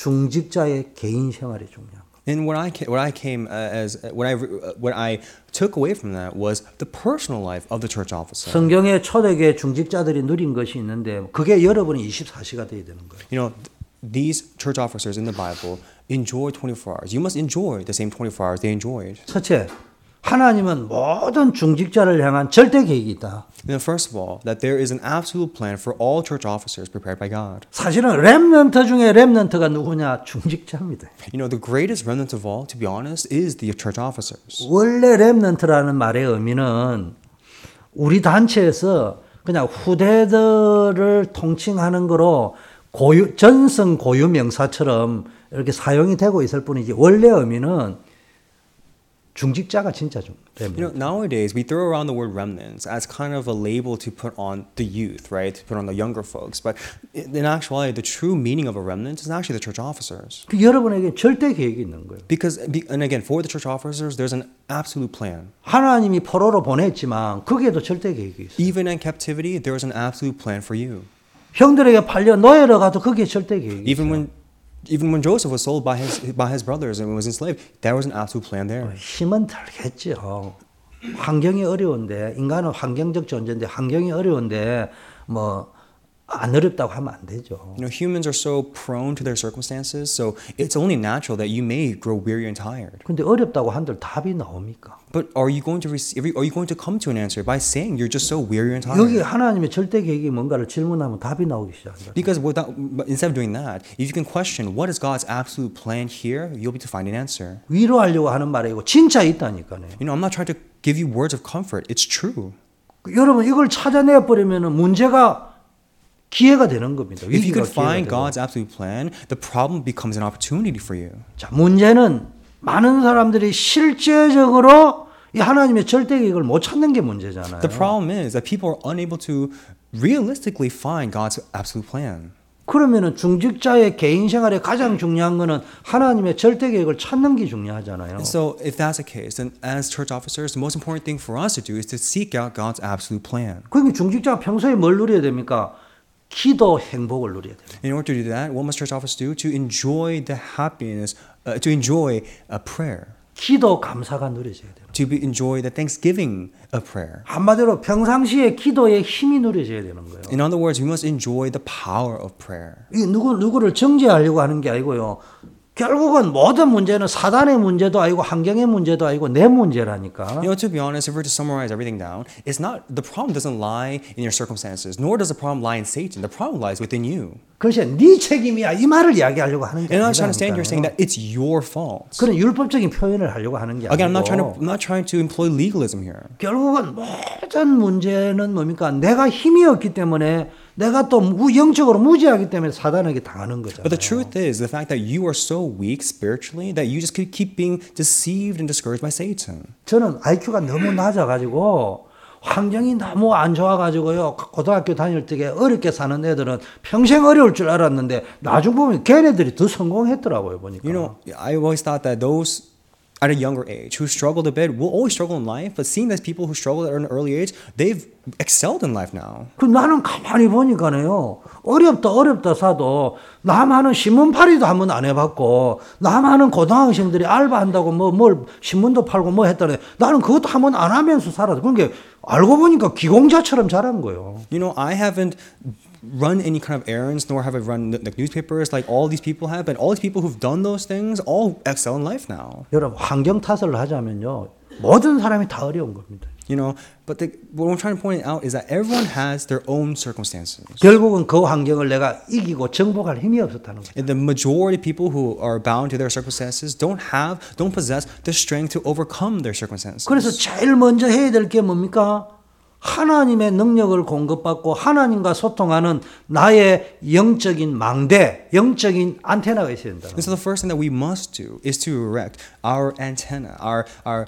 S1: 중직자의 개인 생활이 중요한 거.
S2: And what I ca- what I came uh, as what I re- uh, what I took away from that was the personal life of the church officer.
S1: 성경의 초대교회 중직자들이 누린 것이 있는데 그게 여러분이 24시가 돼야 되는 거예요.
S2: You know, th- these church officers in the Bible enjoy 24 hours. You must enjoy the same 24 hours they enjoyed.
S1: 첫째, 하나님은 모든 중직자를 향한 절대 계획이 있다.
S2: You know, first of all, that there is an absolute plan for all church officers prepared by God.
S1: 사실은 렘넌트 중에 렘넌트가 누구냐? 중직자입니다.
S2: You know, the greatest remnant of all, to be honest, is the church officers.
S1: 원래 렘넌트라는 말의 의미는 우리 단체에서 그냥 후대들을 통칭하는 거로 고유, 전성 고유 명사처럼 이렇게 사용이 되고 있을 뿐이지 원래 의미는 중직자가 진짜 중.
S2: You know, nowadays we throw around the word remnants as kind of a label to put on the youth, right? To put on the younger folks. But in in actuality, the true meaning of a remnant is actually the church officers.
S1: 그 여러분에게 절대 계획이 있는 거예요.
S2: Because, be- and again, for the church officers, there's an absolute plan.
S1: 하나님이 포로로 보냈지만 거기에도 절대 계획이 있어요.
S2: Even in captivity, there is an absolute plan for you.
S1: 형들에게 팔려 노예로 가도 거기에 절대 계획이 있어요.
S2: Even when, even when Joseph was sold by his, by his brothers and was enslaved, there was an absolute plan there.
S1: 힘은 들겠죠. 환경이 어려운데 인간은 환경적 존재인데 환경이 어려운데 뭐 안 어렵다고 하면 안 되죠.
S2: You know, humans are so prone to their circumstances, so it's only natural that you may grow weary and tired.
S1: 근데 어렵다고 한들 답이 나옵니까?
S2: But are you going to receive? Are you going to come to an answer by saying you're just so weary and
S1: 여기
S2: tired?
S1: 하나님의 절대 계획이 뭔가를 질문하면 답이 나오기 시작한다.
S2: Because without, but instead of doing that, if you can question what is God's absolute plan here, you'll be to find an answer.
S1: 위로하려고 하는 말이고 진짜 있다니까요.
S2: You know, I'm not trying to give you words of comfort. It's true.
S1: 여러분 이걸 찾아내 버리면 문제가 기회가 되는 겁니다.
S2: If you
S1: 위기가
S2: can
S1: 기회가
S2: find
S1: 되고.
S2: God's absolute plan, the problem becomes an opportunity for you.
S1: 자, 문제는 많은 사람들이 실제적으로 이 하나님의 절대 계획을 못 찾는 게 문제잖아요.
S2: The problem is that people are unable to realistically find God's absolute plan.
S1: 그러면은 중직자의 개인 생활에 가장 중요한 거는 하나님의 절대 계획을 찾는 게 중요하잖아요.
S2: And so, if that's the case, then as church officers, the most important thing for us to do is to seek out God's absolute plan.
S1: 그러니까 중직자가 평소에 뭘 누려야 됩니까? 기도 행복을 누려야 돼요.
S2: In order to do that, what must church officers do? To enjoy the happiness, uh, to enjoy a prayer,
S1: 기도 감사가 누려져야 돼요.
S2: to be, enjoy the thanksgiving of prayer.
S1: 한마디로 평상시에 기도의 힘이 누려져야 되는 거예요.
S2: In other words, we must enjoy the power of prayer.
S1: 이 누구 누구를 정죄하려고 하는 게 아니고요. 결국은 모든 문제는 사단의 문제도 아니고 환경의 문제도 아니고 내 문제라니까.
S2: You know, to be honest, if we we're to summarize everything down, it's not the problem doesn't lie in your circumstances, nor does the problem lie in Satan. The problem lies within you.
S1: 글쎄, 네 책임이야 이 말을 이야기하려고 하는 게
S2: And I'm not trying to
S1: 아니라니까요.
S2: stand here saying that it's your fault.
S1: 그런 율법적인 표현을 하려고 하는 게
S2: Again, I'm not trying
S1: 아니고
S2: to I'm not trying to employ legalism here.
S1: 결국은 모든 문제는 뭡니까? 내가 힘이 없기 때문에 내가 또 무- 영적으로 무지하기 때문에 사단에게 당하는 거잖아요.
S2: But the truth is, the fact that you are so weak spiritually that you just could keep being deceived and discouraged by Satan.
S1: 저는 IQ가 너무 낮아가지고 환경이 너무 안 좋아가지고요. 고등학교 다닐 때 어렵게 사는 애들은 평생 어려울 줄 알았는데 나중 보면 걔네들이 더 성공했더라고요 보니까.
S2: You know, I always thought that those at a younger age who struggled a bit will always struggle in life, but seeing that people who struggled at an early age, they've excelled in life now.
S1: 그 나는 가만히 보니까요 어렵다 어렵다 사도 남한은 신문팔이도 한 번 안 해봤고 남한은 고등학생들이 알바한다고 뭐 뭘 신문도 팔고 뭐 했다네 나는 그것도 한 번 안 하면서 살았어 그러니까 알고 보니까 기공자처럼 자란 거예요
S2: You know, I haven't run any kind of errands, nor have I run like newspapers like all these people have, but all these people who've done those things all excel in life now.
S1: 여러분 환경 탓을 하자면요 모든 사람이 다 어려운 겁니다
S2: You know, but the, what I'm trying to point out is that everyone has their own circumstances.
S1: 결국은 그 환경을 내가 이기고 정복할 힘이 없었다는 거예요
S2: And the majority of people who are bound to their circumstances don't have, don't possess the strength to overcome their circumstances.
S1: 그래서 제일 먼저 해야 될 게 뭡니까? 하나님의 능력을 공급받고 하나님과 소통하는 나의 영적인 망대, 영적인 안테나가 있어야 된다.
S2: And so the first thing that we must do is to erect our antenna, our our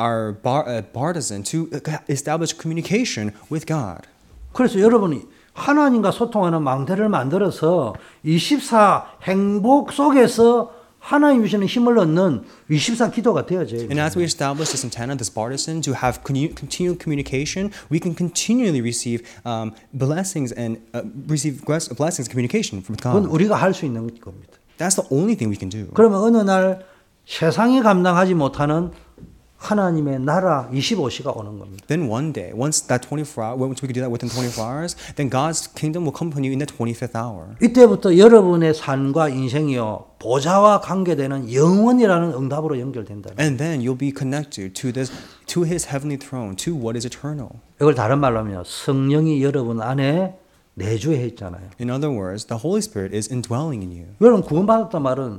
S2: our bar, uh, partisan to establish communication with God.
S1: 그래서 여러분이 하나님과 소통하는 망대를 만들어서 24 행복 속에서 하나님 주시는 힘을 얻는 24 기도가 되어져요.
S2: And as we establish this antenna, this partisan, to have con- continued communication, we can continually receive um, blessings and uh, receive bless- blessings communication from
S1: 그건
S2: God.
S1: 우리가 할 수 있는 겁니다.
S2: That's the only thing we can do.
S1: 그러면 어느 날 세상이 감당하지 못하는 하나님의 나라 25시가 오는 겁니다.
S2: Then one day, once that 24 hour, once we can do that within 24 hours, then God's kingdom will come upon you in the 25th hour.
S1: 이때부터 여러분의 삶과 인생이요 보좌와 관계되는 영원이라는 응답으로 연결된다.
S2: And then you'll be connected to this, to His heavenly throne, to what is eternal.
S1: 이걸 다른 말로 하면 성령이 여러분 안에 내주해 있잖아요.
S2: In other words, the Holy Spirit is indwelling in you.
S1: 여러분 구원받았다 말은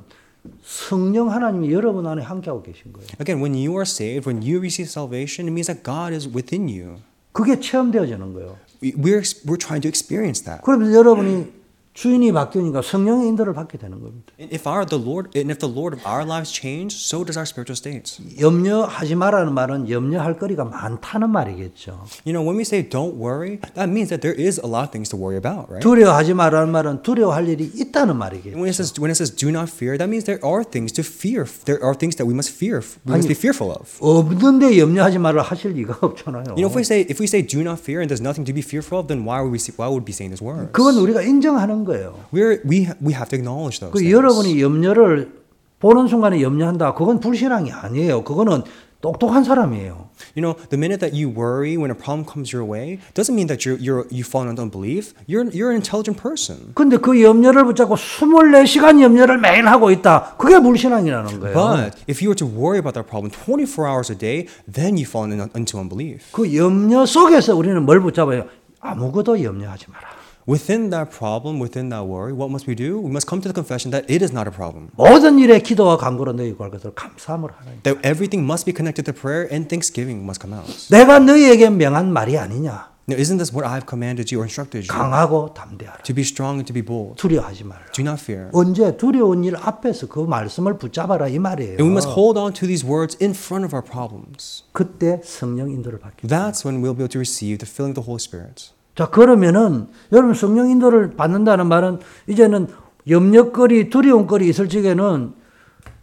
S1: 성령 하나님이 여러분 안에 함께하고 계신 거예요.
S2: Again, when you are saved, when you receive salvation, it means that God is within you.
S1: 그게 체험되어지는 거예요.
S2: We- We're, ex- we're trying to experience that.
S1: 그러면서 여러분이 주인이 바뀌니까 성령의 인도를 받게 되는 겁니다.
S2: And if our the Lord and if the Lord of our lives change, so does our spiritual states.
S1: 염려하지 말라는 말은 염려할 거리가 많다는 말이겠죠.
S2: You know, when we say don't worry, that means that there is a lot of things to worry about, right?
S1: 두려워하지 말라는 말은 두려워할 일이 있다는 말이겠죠.
S2: And when it says when it says do not fear, that means there are things to fear. There are things that we must fear. We must be fearful of.
S1: 없는데 염려하지 말라 하실 리가 없잖아요.
S2: You know, if we say if we say do not fear and there's nothing to be fearful of, then why would we see, why would we be saying these words?
S1: 그건 우리가 인정하는 거예요.
S2: We're, we ha- we have to acknowledge those.
S1: 그
S2: things.
S1: 여러분이 염려를 보는 순간에 염려한다. 그건 불신앙이 아니에요. 그거는 똑똑한 사람이에요.
S2: You know, the minute that you worry when a problem comes your way, doesn't mean that you're you're you fall into unbelief. You're you're an intelligent person.
S1: 근데 그 염려를 붙잡고 24시간 염려를 매일 하고 있다. 그게 불신앙이라는 거예요.
S2: But if you were to worry about that problem 24 hours a day, then you fall in, into unbelief.
S1: 그 염려 속에서 우리는 뭘 붙잡아요? 아무것도 염려하지 마라.
S2: Within that problem, within that worry, what must we do? We must come to the confession that it is not a problem.
S1: 모든 일에 기도와 간구로 너희 구할 것을 감사함을 하나니
S2: That everything must be connected to prayer and thanksgiving must come out.
S1: 내가 너희에게 명한 말이 아니냐.
S2: Now, isn't this what I have commanded you or instructed you?
S1: 강하고 담대하라.
S2: To be strong and to be bold.
S1: 두려워하지 말라.
S2: Do not fear.
S1: 언제 두려운 일 앞에서 그 말씀을 붙잡아라 이 말이에요.
S2: And we must hold on to these words in front of our problems.
S1: 그때 성령 인도를 받게.
S2: That's when we'll be able to receive the filling of the Holy Spirit.
S1: 자 그러면은 여러분 성령 인도를 받는다는 말은 이제는 염려거리 두려움거리 있을 적에는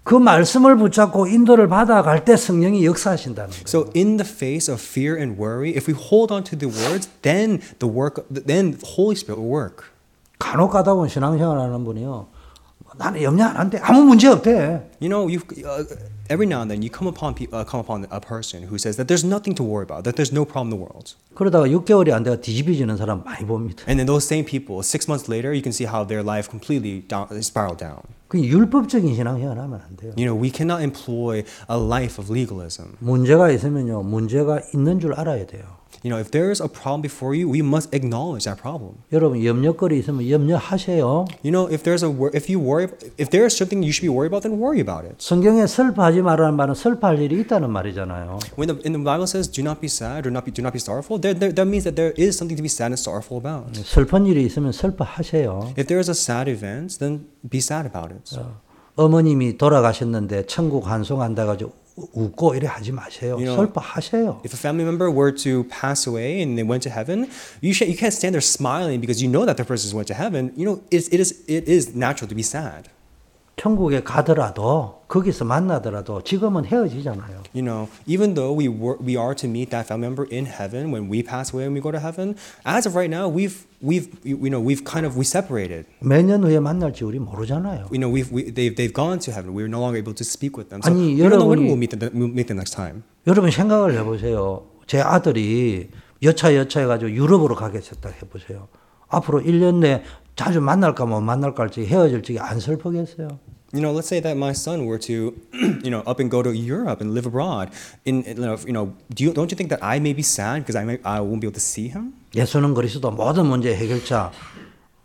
S1: 그 말씀을 붙잡고 인도를 받아갈 때 성령이 역사하신다는 거예요.
S2: So, in the face of fear and worry, if we hold on to the words, then the work, then the Holy Spirit will work.
S1: 간혹 가다 보면 신앙생활하는 분이요. 뭐 나는 염려 안 한대. 아무 문제 없대.
S2: You know, you uh, every now and then you come upon people, uh, come upon a person who says that there's nothing to worry about, that there's no problem in the world.
S1: 그러다가 6개월이 안 돼가 뒤집어지는 사람 많이 봅니다.
S2: And then those same people, six months later, you can see how their life completely down, spiraled down.
S1: 그 율법적인 신앙생활 하면 안 돼요.
S2: You know, we cannot employ a life of legalism.
S1: 문제가 있으면요. 문제가 있는 줄 알아야 돼요.
S2: You know, if there is a problem before you, we must acknowledge that problem.
S1: 여러분 염려거리 있으면 염려하세요.
S2: You know, if there's a wor- if you worry if there is something you should be worried about, then worry about it.
S1: 성경에 슬퍼하지 말라는 말은 슬퍼할 일이 있다는 말이잖아요.
S2: When the, in the Bible says, "Do not be sad," or "not be do not be sorrowful," there, there, that means that there is something to be sad and sorrowful about.
S1: 슬픈 일이 있으면 슬퍼하세요.
S2: If there is a sad event, then be sad about it.
S1: 어머님이 돌아가셨는데 천국 환송한다 가지고 웃고 이래 하지 마세요.
S2: You know-
S1: 슬퍼하세요.
S2: If a family member were to pass away and they went to heaven, you sh- you can't stand there smiling because you know that the person went to heaven. You know, it's, it is it is natural to be sad.
S1: 천국에 가더라도 거기서 만나더라도 지금은 헤어지잖아요.
S2: You know, even though we were, we are to meet that family member in heaven when we pass away and we go to heaven, as of right now, we've we've you you know we've kind of we separated.
S1: 몇 년 후에 만날지 우리 모르잖아요.
S2: You know, we've we, they've they've gone to heaven. We're no longer able to speak with them. So
S1: 아니,
S2: we don't know when
S1: 여러분이-
S2: we'll meet them. We'll meet them next time.
S1: 여러분 생각을 해보세요. 제 아들이 여차 여차 해가지고 유럽으로 가게 됐다 해보세요. 앞으로 1년 내에 자주 만날까 못 만날까 할지 헤어질지 안 슬프겠어요.
S2: You know, let's say that my son were to, *clears throat* you know, up and go to Europe and live abroad. In you know, if- you know, do you don't you think that I may be sad because I may I won't be able to see him?
S1: 예수는 그리스도 모든 문제 해결자.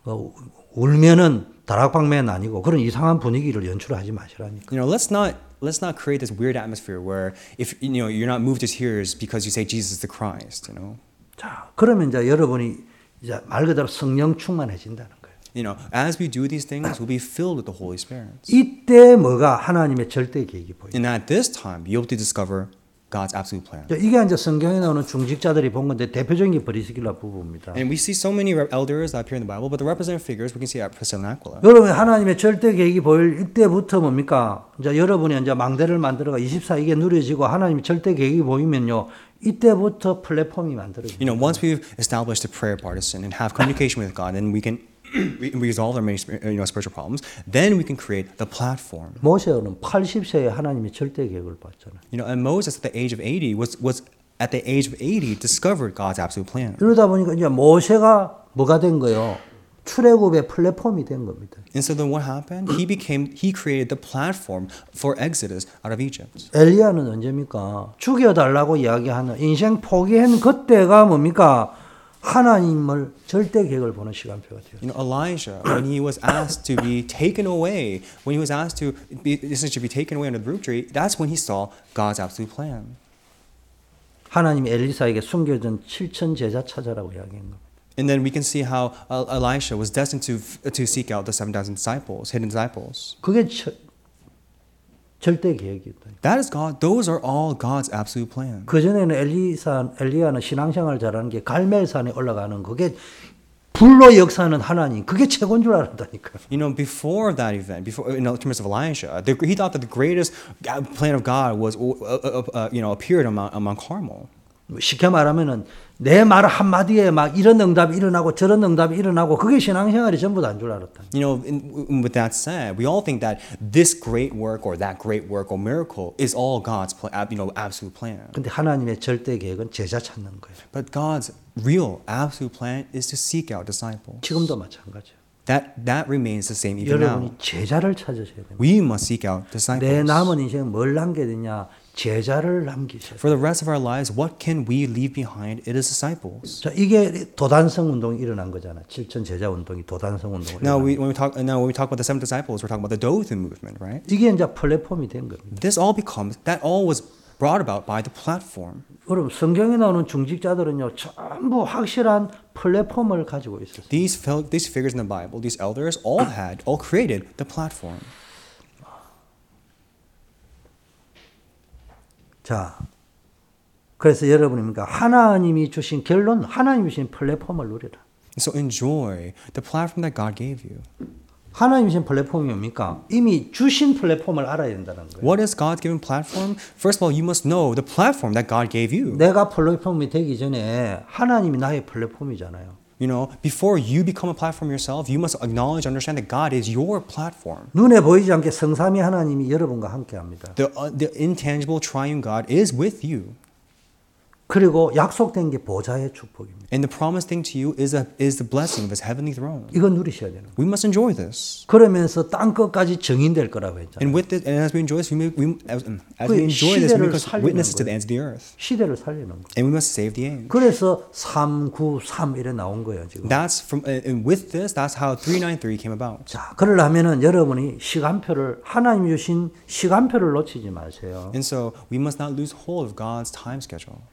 S1: 어, 울면은 다락방맨 아니고 그런 이상한 분위기를 연출하지 마시라니까.
S2: You know, let's not let's not create this weird atmosphere where if you know you're not moved to tears because you say Jesus is the Christ. You know.
S1: 자, 그러면 이제 여러분이 이제 말 그대로 성령 충만해진다는 거예요.
S2: You know, as we do these things, we'll be filled with the Holy Spirit.
S1: 이때 뭐가 하나님의 절대 계획이 보여요.
S2: And at this time, you'll be able to discover God's absolute plan.
S1: 자, 이게 이제 성경에 나오는 중직자들이 본 건데 대표적인 게 브리스길라 부부입니다.
S2: And we see so many re- elders that appear in the Bible, but the representative figures we can see at Priscilla and Aquila.
S1: 여러분 하나님의 절대 계획이 보일 이때부터 뭡니까? 이제 여러분이 이제 망대를 만들어가 24이게 누려지고 하나님의 절대 계획이 보이면요. 이때부터 플랫폼이 만들어집니다.
S2: You know, once we've established the prayer partisan and have communication with God, then we can *clears throat* we resolve our many spir- you know, spiritual problems, then we can create the platform.
S1: 모세는 80세에 하나님의 절대 계획을 봤잖아요.
S2: You know, and Moses at the age of 80 was, was at the age of 80 discovered God's absolute plan.
S1: 이러다 보니까 이제 모세가 뭐가 된 거예요? 출애굽의 플랫폼이 된 겁니다.
S2: And so then what happened? He became he created the platform for Exodus out of Egypt.
S1: 엘리야는 언제입니까? 죽여달라고 이야기하는 인생 포기한 그때가 뭡니까? 하나님을 절대 계획을 보는 시간표가 돼요.
S2: You know, Elijah, when he was asked to be taken away, when he was asked to be, essentially be taken away under the broom tree, that's when he saw God's absolute plan.
S1: 하나님이 엘리사에게 숨겨진 7천 제자 찾아라고 이야기한 겁니다.
S2: And then we can see how uh, Elisha was destined to to seek out the 7,000 disciples, hidden disciples.
S1: 그게 저, 절대 계획이다.
S2: That is God. Those are all God's absolute plan.
S1: 그 전에는 엘리사 엘리야는 신앙생활 잘하는 게 갈멜산에 올라가는 그게 불로 역사하는 하나님 그게 최고인 줄 알았다니까.
S2: You know, before that event, before in terms of Elisha, the, he thought that the greatest God- plan of God was, uh, uh, uh, you know, appeared on Mount, on Mount Carmel.
S1: 뭐 쉽게 말하면은 내 말 한마디에 막 이런 응답이 일어나고 저런 응답이 일어나고 그게 신앙생활이 전부 다인 줄 알았다.
S2: You know, in, in- with that said, we all think that this great work or that great work or miracle is all God's, pla- ab- you know, absolute plan.
S1: 근데 하나님의 절대 계획은 제자 찾는 거예요.
S2: But God's real absolute plan is to seek out disciples.
S1: 지금도 마찬가지예요.
S2: That that remains the same even now.
S1: 여러분이 제자를 찾으셔야 됩니다.
S2: We must seek out
S1: 내
S2: disciples.
S1: 남은 인생 뭘 남겨야 되냐? 제자를 남기셔야 돼요.
S2: For the rest of our lives, what can we leave behind? It is disciples.
S1: 자, 이게 도단성 운동이 일어난 거잖아. 7천 제자 운동이 도단성 운동으로.
S2: Now
S1: 일어난
S2: we when we talk now when we talk about the seven disciples, we're talking about the Dothan movement, right?
S1: 이게 이제 플랫폼이 된 겁니다.
S2: This all becomes that all was brought about by the platform.
S1: 여러분 성경에 나오는 중직자들은요 전부 확실한 플랫폼을 가지고 있었어요.
S2: These fel- these figures in the Bible, these elders, all had all created the platform.
S1: 자, 그래서 여러분입니까 하나님이 주신 결론, 하나님이 주신 플랫폼을 누리라.
S2: And so enjoy the platform that God gave you.
S1: 하나님이 주신 플랫폼이 뭡니까? 이미 주신 플랫폼을 알아야 된다는 거예요.
S2: What is God's given platform? First of all, you must know the platform that God gave you.
S1: 내가 플랫폼이 되기 전에 하나님이 나의 플랫폼이잖아요.
S2: You know, before you become a platform yourself, you must acknowledge, understand that God is your platform.
S1: 눈에 보이지 않게 성삼위 하나님이 여러분과 함께합니다.
S2: The, uh, the intangible triune God is with you.
S1: 그리고 약속된 게 보좌의 축복입니다.
S2: And the promised thing to you is, a, is the blessing of his heavenly throne.
S1: 이건 누리셔야 되는 거예요.
S2: We must enjoy this.
S1: 그러면서 땅 끝까지 증인될 거라고 했잖아요.
S2: And with this, and as we enjoy this, we, may, we as, um, as we
S1: 그
S2: enjoy this,
S1: 시대를
S2: we become
S1: 살리는
S2: witnesses
S1: 거예요.
S2: to the ends of the earth.
S1: 시대를 살리는 거예요.
S2: And we must save the age.
S1: 그래서 393 이래 나온 거예요, 지금.
S2: That's from, uh, and with this, that's how 393 came about.
S1: 자, 그러려면은 여러분이 시간표를 하나님 주신 시간표를 놓치지 마세요.
S2: And so we must not lose hold of God's time schedule.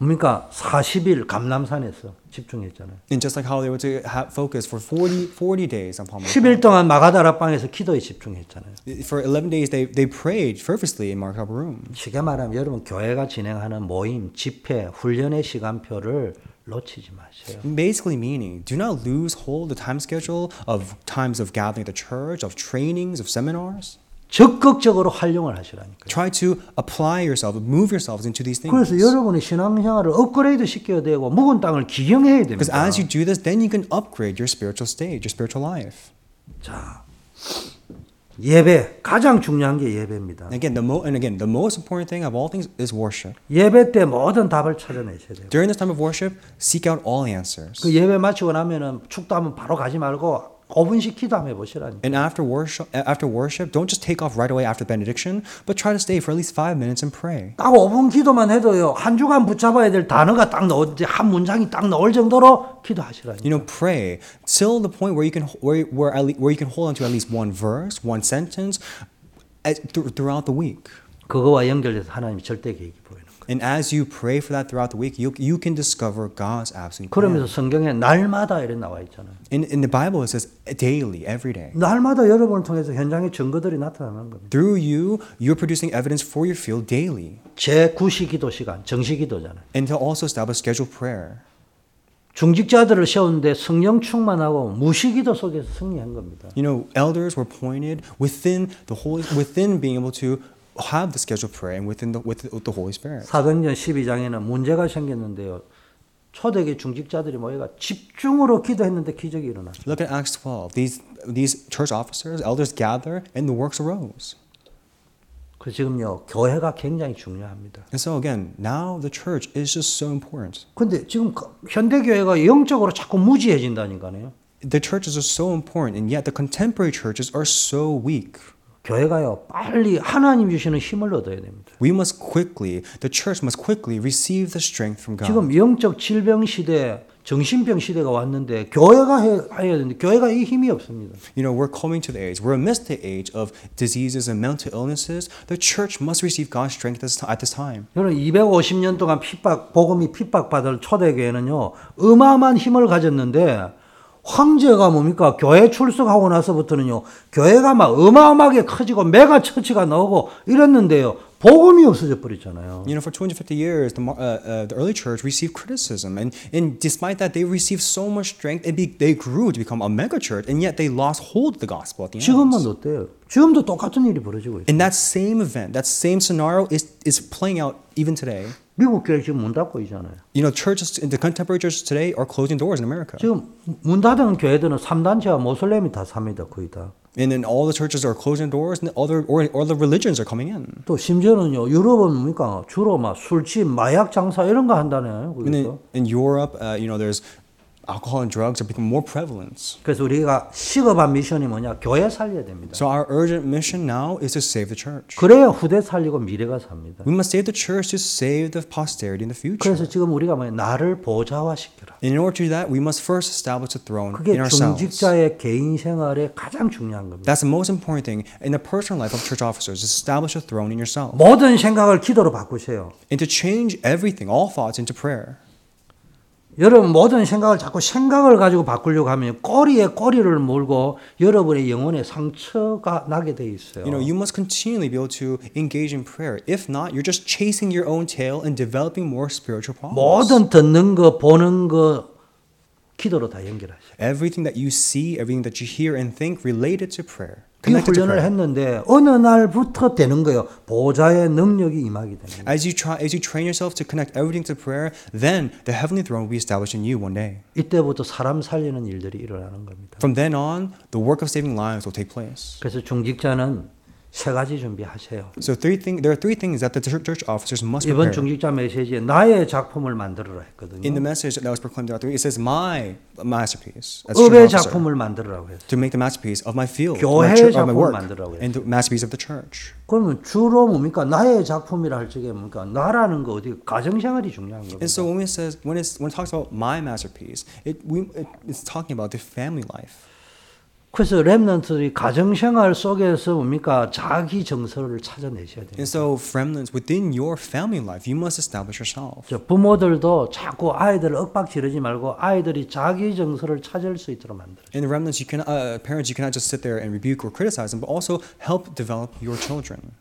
S1: 그러니까 40일 감남산에서 집중했잖아요.
S2: And just like how they were to have focus for 40, 40 days on Palm
S1: 10일 동안 마가다라 방에서 기도에 집중했잖아요.
S2: For 11 days, they, they prayed fervently in Mark Upper Room.
S1: 쉽게 말하면 여러분 교회가 진행하는 모임, 집회, 훈련의 시간표를 놓치지 마세요.
S2: Basically meaning, do not lose hold of the time schedule of times of gathering at the church, of trainings, of seminars.
S1: 적극적으로 활용을 하시라니까요.
S2: Try to apply yourself, move yourselves into these things.
S1: 그래서 여러분의 신앙생활을 업그레이드 시켜야 되고 묵은 땅을 기경해야
S2: Because
S1: 됩니다.
S2: as you do this, then you can upgrade your spiritual stage, your spiritual life.
S1: 자, 예배 가장 중요한 게 예배입니다.
S2: And again, the mo- and again, the most important thing of all things is worship.
S1: 예배 때 모든 답을 찾아내셔야 돼요.
S2: During this time of worship, seek out all answers.
S1: 그 예배 마치고 나면은 축도하면 바로 가지 말고 5분씩 기도 한번 해보시라니.
S2: And after worship, after worship, don't just take off right away after benediction, but try to stay for at least five minutes and pray.
S1: 딱 5분 기도만 해도요 한 주간 붙잡아야 될 단어가 딱 나올 이제 한 문장이 딱 나올 정도로 기도하시라니.
S2: You know, pray till the point where you can where where, at le- where you can hold on to at least one verse, one sentence, as, thr- throughout the week.
S1: 그거와 연결돼서 하나님이 절대 계획이 보이는 거예요.
S2: And as you pray for that throughout the week, you you can discover God's absolute plan.
S1: 그러면서 성경에 날마다 이런 나와 있잖아요.
S2: In in the Bible, it says daily, every day.
S1: 날마다 여러분을 통해서 현장의 증거들이 나타나는 겁니다.
S2: Through you, you're producing evidence for your field daily,
S1: 제 9시 기도 시간, 정시 기도잖아요.
S2: and to also establish scheduled prayer.
S1: 중직자들을 세우는데 성령 충만하고 무시기도 속에서 승리한 겁니다.
S2: You know, elders were pointed within the holy, within being able to have the scheduled prayer and within the with the Holy Spirit.
S1: 사도행전 12장에는 문제가 생겼는데요. 초대기 중직자들이 모여가 집중으로 기도했는데 기적이 일어났어요.
S2: Look at Acts 12. These, these church officers, elders gather, and the works arose.
S1: 그 지금요 교회가 굉장히 중요합니다.
S2: And so again, now the church is just so important.
S1: 근데 지금 그 현대 교회가 영적으로 자꾸 무지해진다니까요.
S2: The churches are so important, and yet the contemporary churches are so weak.
S1: 교회가요 빨리 하나님 주시는 힘을 얻어야 됩니다.
S2: We must quickly, the church must quickly receive the strength from God.
S1: 지금 영적 질병 시대, 정신병 시대가 왔는데 교회가 해, 해야 되는데 교회가 이 힘이 없습니다.
S2: You know, we're coming to the age, we're amidst the age of diseases and mental illnesses. The church must receive God's strength this ti- at this time.
S1: 여러분 250년 동안 핍박 복음이 핍박받을 초대교회는요 어마어마한 힘을 가졌는데 황제가 뭡니까 교회 출석하고 나서부터는요 교회가 막 어마어마하게 커지고 메가 처치가 나오고 이랬는데요 복음이 없어져 버렸잖아요.
S2: You know, for 250 years, the, mar- uh, uh, the early church received criticism, and, and despite that, they received so much strength, and be, they grew to become a mega church, and yet they lost hold of the gospel at the end.
S1: 지금은 어때요? 지금도 똑같은 일이 벌어지고 있어요.
S2: And that same event, that same scenario is, is playing out even today.
S1: 미국 교회 지금 문 닫고 있잖아요.
S2: You know, churches, the contemporary churches today are closing doors in America.
S1: 지금 문 닫은 교회들은 삼단체와 모슬렘이 다 삽니다. 거의 다.
S2: And then all the churches are closing doors, and other, or, or the religions are coming in.
S1: 또 심지어는요 유럽은 뭡니까 주로 막 술집 마약 장사 이런 거 한다네요.
S2: And
S1: 거기서.
S2: in, in Europe, uh, you know, there's alcohol and drugs are becoming more prevalent.
S1: 그래서 우리가 시급한 미션이 뭐냐? 교회 살려야 됩니다.
S2: So our urgent mission now is to save the church.
S1: 그래야 후대 살리고 미래가 삽니다.
S2: We must save the church to save the posterity in the future.
S1: 그래서 지금 우리가 뭐냐? 나를 보좌화시켜라.
S2: And in order to do that, we must first establish a throne in
S1: 그게
S2: ourselves.
S1: 중직자의 개인 생활에 가장 중요한 겁니다.
S2: That's the most important thing in the personal life of church officers. Establish a throne in yourself.
S1: 모든 생각을 기도로 바꾸세요.
S2: and to change everything, all thoughts into prayer.
S1: 여러분 모든 생각을 자꾸 생각을 가지고 바꾸려고 하면 꼬리에 꼬리를 물고 여러분의 영혼에 상처가 나게 돼 있어요.
S2: You know, you must continually be able to engage in prayer. If not, you're just chasing your own tail and developing more spiritual problems.
S1: 모든 듣는 거 보는 거 기도로 다 연결하세요.
S2: Everything that you see, everything that you hear and think related to prayer.
S1: 이
S2: Connected to
S1: 훈련을
S2: prayer.
S1: 했는데 어느 날부터 되는 거예요. 보좌의 능력이 임하게 됩니다.
S2: As you try as you train yourself to connect everything to prayer, then the heavenly throne will be established in you one day.
S1: 이때부터 사람 살리는 일들이 일어나는 겁니다.
S2: From then on, the work of saving lives will take place.
S1: 그래서 중직자는 세 가지 준비하세요.
S2: So three thing, there are three things that the church church officers must
S1: 이번
S2: prepare.
S1: 중직자 메시지에 나의 작품을 만들어라
S2: In
S1: 했거든요.
S2: the message that was proclaimed throughout the week, it says, "My masterpiece." as church
S1: 업의
S2: officer."
S1: 작품을 만들라고 했어요.
S2: to make the masterpiece of my field, of
S1: 교회의
S2: my, church, of my
S1: 작품을
S2: work,
S1: 만들라고
S2: and the masterpiece of the church.
S1: 그러면 주로 뭡니까? 나의 작품이라 할 적에 뭡니까? 나라는 거 어디 가정생활이 중요한 겁니다.
S2: And so when it says when it's when it talks about my masterpiece, it we it, it's talking about the family life.
S1: 그래서 렘넌트들이 가정생활 속에서 뭡니까? 자기 정서를 찾아내셔야 돼요.
S2: And so, remnants within your family life, you must establish yourself.
S1: 저 부모들도 자꾸 아이들을 억박 지르지 말고 아이들이 자기 정서를 찾을 수 있도록 만들어요.
S2: And remnants, you can uh, parents, you cannot just sit there and rebuke or criticize them, but also help develop your children.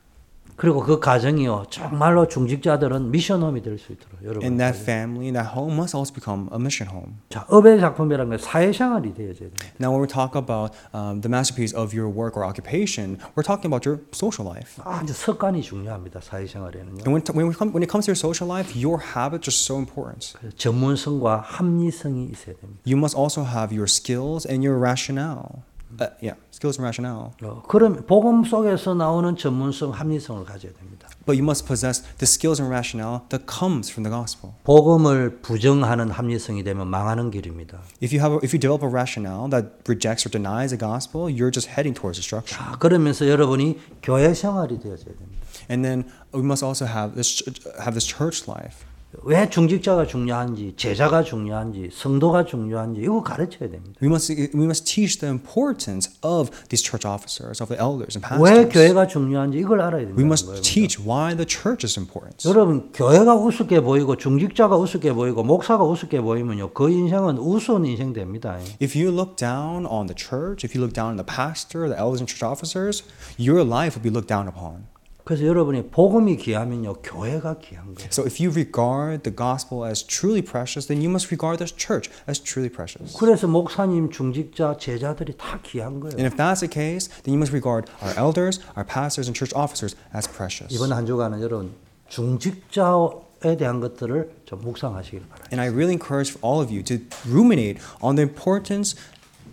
S1: 그리고 그 가정이요 정말로 중직자들은 미션홈이 될 수 있도록 여러분
S2: And that family, that home must also become a mission home.
S1: 자 업의 작품이라는 건 사회생활이 되어져야 돼요
S2: Now, when we talk about um, the masterpiece of your work or occupation, we're talking about your social life.
S1: 아주 습관이 중요합니다 사회생활에는요
S2: And when, when, we come, when it comes to your social life, your habits are so important.
S1: 그래서 전문성과 합리성이 있어야 됩니다
S2: You must also have your skills and your rationale. Uh, yeah, skills and rationale.
S1: 어, 그럼 복음 속에서 나오는 전문성 합리성을 가져야 됩니다
S2: But you must possess the skills and rationale that comes from the gospel.
S1: 복음을 부정하는 합리성이 되면 망하는 길입니다
S2: If you have, a, if you develop a rationale that rejects or denies the gospel, you're just heading towards destruction.
S1: 자 아, 그러면서 여러분이 교회 생활이 되어져야 됩니다
S2: And then we must also have this, have this church life.
S1: 왜 중직자가 중요한지 제자가 중요한지 성도가 중요한지 이거 가르쳐야 됩니다
S2: We must, we must teach the importance of these church officers, of the elders and
S1: 왜
S2: pastors.
S1: 교회가 중요한지 이걸 알아야
S2: We
S1: 됩니다
S2: must teach why the church is important.
S1: 여러분 교회가 우습게 보이고 중직자가 우습게 보이고 목사가 우습게 보이면요 그 인생은 우스운 인생 됩니다.
S2: If you look down on the church, if you look down on the pastor, the elders, and church officers, your life will be looked down upon.
S1: 그래서 여러분이 복음이 귀하면요 교회가 귀한 거예요.
S2: So if you regard the gospel as truly precious, then you must regard this church as truly precious.
S1: 그래서 목사님, 중직자, 제자들이 다 귀한
S2: And
S1: 거예요.
S2: if that's the case, then you must regard our elders, our pastors, and church officers as precious.
S1: 이번 한 주간은 여러분 중직자의 에 대한 것들을 좀 묵상하시길 바랍니다.
S2: And I really encourage all of you to ruminate on the importance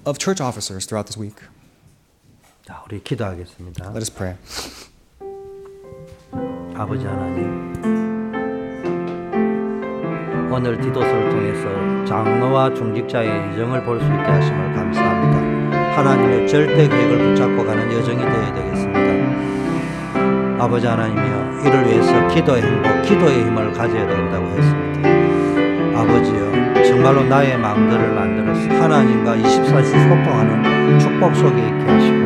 S2: of church officers throughout this week.
S1: 자, 우리 기도하겠습니다.
S2: Let us pray.
S1: 아버지 하나님, 오늘 디도서를 통해서 장로와 중직자의 여정을 볼 수 있게 하심을 감사합니다. 하나님의 절대 계획을 붙잡고 가는 여정이 되어야 되겠습니다. 아버지 하나님이여, 이를 위해서 기도의 행복, 기도의 힘을 가져야 된다고 했습니다. 아버지여, 정말로 나의 마음들을 만들어서 하나님과 24시 소통하는 축복 속에 있게 하시고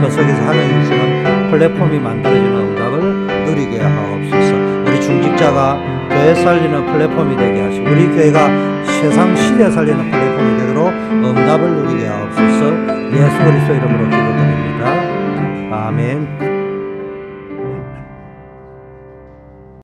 S1: 그 속에서 하나님 주는 플랫폼이 만들어지는 응답을 누리게 하옵소서. 우리 중직자가 교회 살리는 플랫폼이 되게 하시고 우리 교회가 세상 시대 살리는 플랫폼이 되도록 응답을 누리게 하옵소서. 예수 그리스도 이름으로 기도드립니다. 아멘.